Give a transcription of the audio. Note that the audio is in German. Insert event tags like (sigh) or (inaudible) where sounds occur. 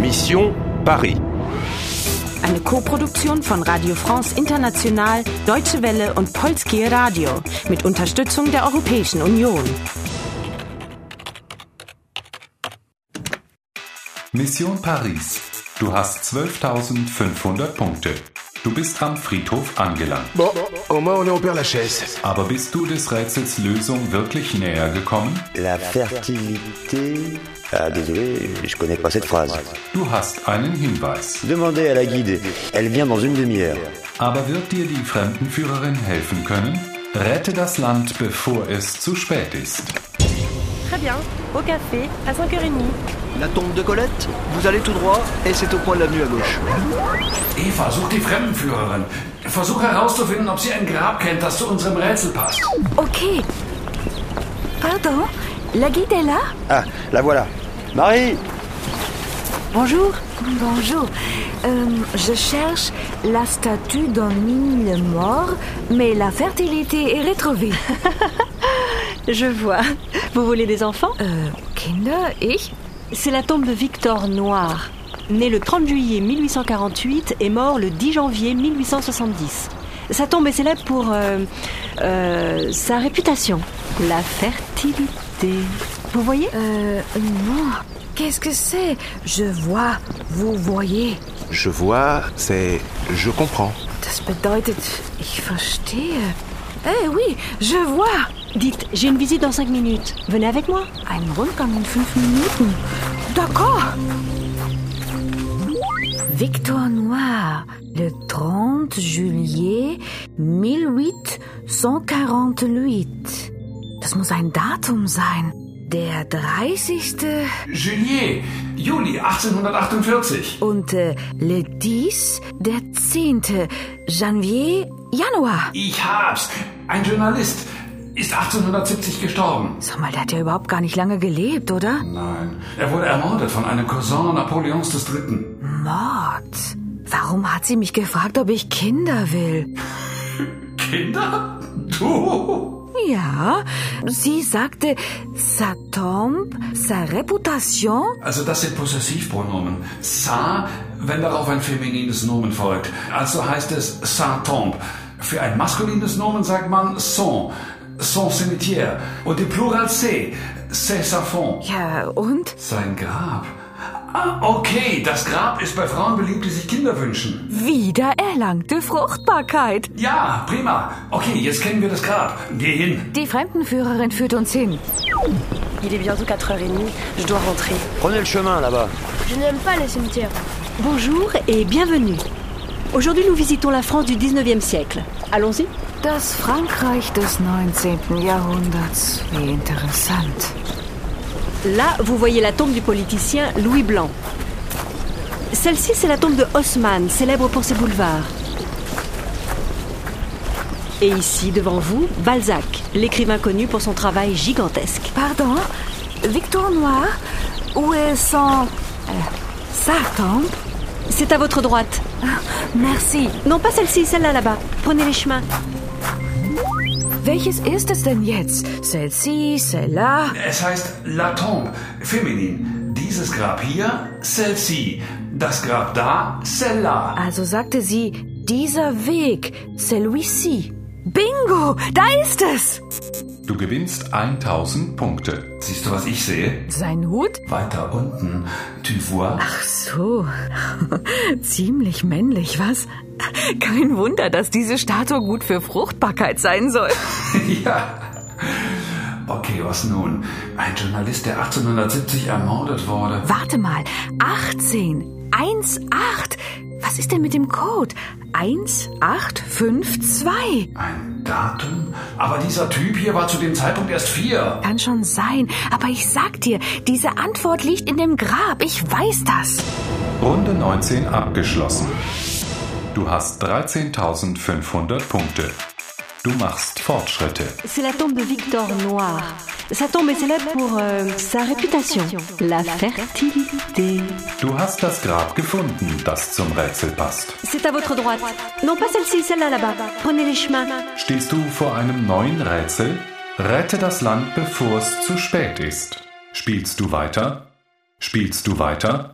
Mission Paris. Eine Koproduktion von Radio France International, Deutsche Welle und Polskie Radio mit Unterstützung der Europäischen Union. Mission Paris. Du hast 12.500 Punkte. Du bist am Friedhof angelangt. Bon, au moins on est au Père Lachaise. Aber bist du des Rätsels Lösung wirklich näher gekommen? La fertilité. Ah, désolé, je connais pas cette phrase. Du hast einen Hinweis. Demandez à la guide. Elle vient dans une demi-heure. Aber wird dir die Fremdenführerin helfen können? Rette das Land, bevor es zu spät ist. Très bien, au café, à 5h30. La tombe de Colette, vous allez tout droit et c'est au coin de l'avenue à gauche. Eva, such die Fremdenführerin. Versuch herauszufinden, ob sie ein Grab kennt, das zu unserem Rätsel passt. Ok. Pardon, la guide est là Ah, la voilà. Marie Bonjour. Bonjour. Euh, je cherche la statue d'un île mort, mais la fertilité est retrouvée. (laughs) Je vois. Vous voulez des enfants Euh, Kinder, ich? C'est la tombe de Victor Noir, né le 30 juillet 1848 et mort le 10 janvier 1870. Sa tombe est célèbre pour euh, euh, sa réputation, la fertilité. Vous voyez Euh, non. Qu'est-ce que c'est Je vois, vous voyez. Je vois, c'est. Je comprends. Das bedeutet, ich verstehe. Eh oui, je vois. Dites, j'ai une visite dans 5 minutes. Venez avec moi. Ein Rundgang in fünf Minuten. D'accord. Victor Noir, le 30 juillet 1848. Das muss ein Datum sein. Der 30. Juliet, Juli 1848. und äh, le 10. der 10. Janvier, Januar. Ich hab's. Ein Journalist ist 1870 gestorben. Sag mal, der hat ja überhaupt gar nicht lange gelebt, oder? Nein, er wurde ermordet von einem Cousin Napoleons III. Mord. Warum hat sie mich gefragt, ob ich Kinder will? Kinder? Du? Ja, sie sagte, sa tombe, sa réputation. Also das sind Possessivpronomen. Sa, wenn darauf ein feminines Nomen folgt. Also heißt es Saint-Tombe. Für ein maskulines Nomen sagt man son, son cimetière. Und im Plural c, c'est sa fond. Ja, und? Sein Grab. Ah, okay, das Grab ist bei Frauen beliebt, die sich Kinder wünschen. Wieder erlangte Fruchtbarkeit. Ja, prima. Okay, jetzt kennen wir das Grab. Geh hin. Die Fremdenführerin führt uns hin. Il est bientôt 4h30, je dois rentrer. Prenez le chemin là-bas. Je n'aime pas les cimetières. Bonjour et bienvenue. Aujourd'hui, nous visitons la France du 19e siècle. Allons-y. Das Frankreich des 19. Jahrhunderts. Wie interessant. Là, vous voyez la tombe du politicien Louis Blanc. Celle-ci, c'est la tombe de Haussmann, célèbre pour ses boulevards. Et ici, devant vous, Balzac, l'écrivain connu pour son travail gigantesque. Pardon, Victor Noir, où est son... euh, sa tombe? Ah, C'est à votre droite. Merci. Non, pas celle-ci, celle-là là-bas. Prenez les chemins. Welches ist es denn jetzt? Celle-ci, celle-là? Es heißt La Tombe, feminin. Dieses Grab hier, celle-ci. Das Grab da, celle-là. Also sagte sie, dieser Weg, celui-ci. Bingo, da ist es! Du gewinnst 1000 Punkte. Siehst du, was ich sehe? Sein Hut? Weiter unten, tu vois. Ach so, (laughs) ziemlich männlich, was? Kein Wunder, dass diese Statue gut für Fruchtbarkeit sein soll. (laughs) ja. Okay, was nun? Ein Journalist, der 1870 ermordet wurde. Warte mal, 18, 1, 8. Was ist denn mit dem Code? 1852. Ein Datum? Aber dieser Typ hier war zu dem Zeitpunkt erst vier. Kann schon sein, aber ich sag dir, diese Antwort liegt in dem Grab, ich weiß das. Runde 19 abgeschlossen. Du hast 13.500 Punkte. Du machst Fortschritte. C'est la tombe de Victor Noir. Sa tombe est célèbre pour euh, sa réputation, la fertilité. Du hast das Grab gefunden, das zum Rätsel passt. C'est à votre droite. Non, pas celle-ci, celle-là là-bas. Prenez les chemins. Stehst du vor einem neuen Rätsel? Rette das Land, bevor es zu spät ist. Spielst du weiter? Spielst du weiter?